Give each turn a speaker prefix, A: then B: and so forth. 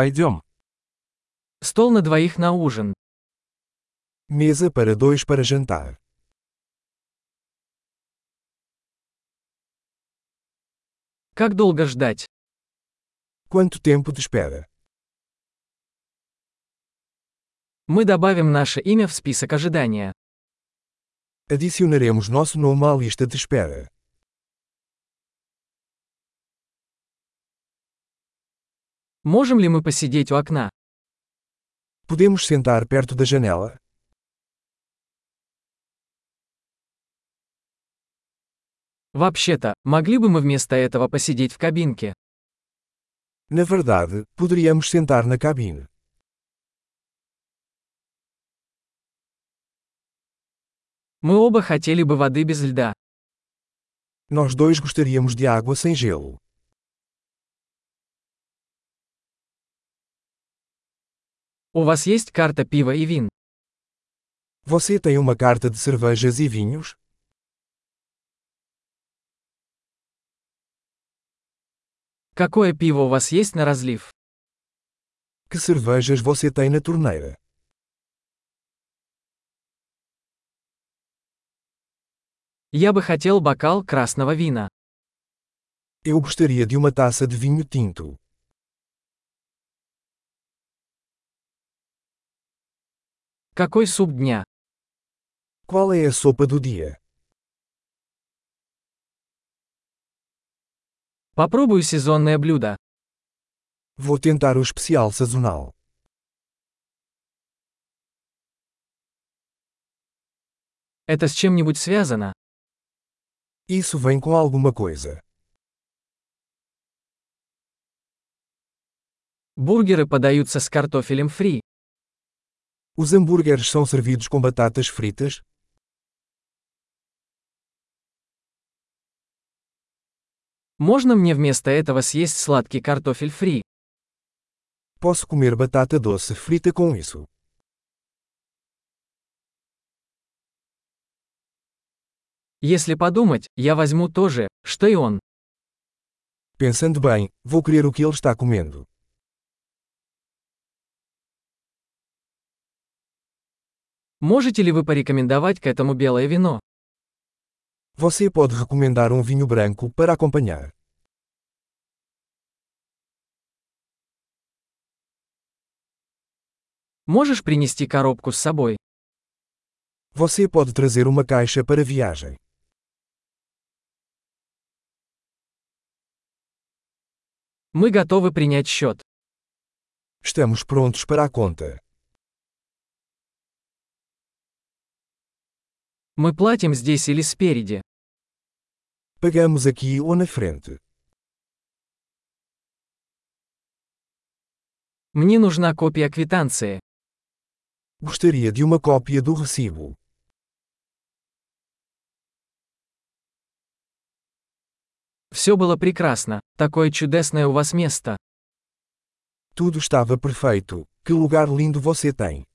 A: Пойдем.
B: Стол на двоих на ужин.
C: Mesa para dois para jantar.
B: Как долго ждать?
C: Quanto tempo de espera?
B: Мы добавим наше имя в список ожидания.
C: Adicionaremos nosso nome à lista de espera.
B: Можем ли мы посидеть у окна?
C: Podemos sentar perto da janela?
B: Вообще-то, могли бы мы вместо этого посидеть в кабинке?
C: Na verdade, poderíamos sentar na cabine.
B: Мы оба хотели бы воды без льда.
C: Nós dois gostaríamos de água sem gelo.
B: У вас есть карта пива и вин?
C: Você tem uma carta de cervejas e vinhos?
B: Какое пиво у вас есть на разлив?
C: Que cervejas você tem na torneira?
B: Я бы хотел бокал красного вина.
C: Eu gostaria de uma taça de vinho tinto.
B: Какой суп дня?
C: Qual é a sopa do dia?
B: Попробую сезонное блюдо.
C: Vou tentar o especial sazonal.
B: Это с чем-нибудь связано?
C: Isso vem com alguma coisa.
B: Бургеры подаются с картофелем фри.
C: Os hambúrgueres são servidos com batatas fritas?
B: Можно мне вместо этого съесть сладкий картофель фри?
C: Posso comer batata doce frita com isso.
B: Если подумать, я возьму то же, что и он.
C: Pensando bem, vou querer o que ele está comendo.
B: Можете ли вы порекомендовать к этому белое вино?
C: Você pode recomendar um vinho branco para acompanhar.
B: Можешь принести коробку с собой?
C: Você pode trazer uma caixa para viagem.
B: Мы готовы принять счет.
C: Estamos prontos para a conta.
B: Мы платим здесь или спереди.
C: Pagamos aqui ou na frente.
B: Мне нужна копия квитанции.
C: Gostaria de uma cópia do recibo.
B: Все было прекрасно. Такое чудесное у вас место.
C: Tudo estava perfeito. Que lugar lindo você tem!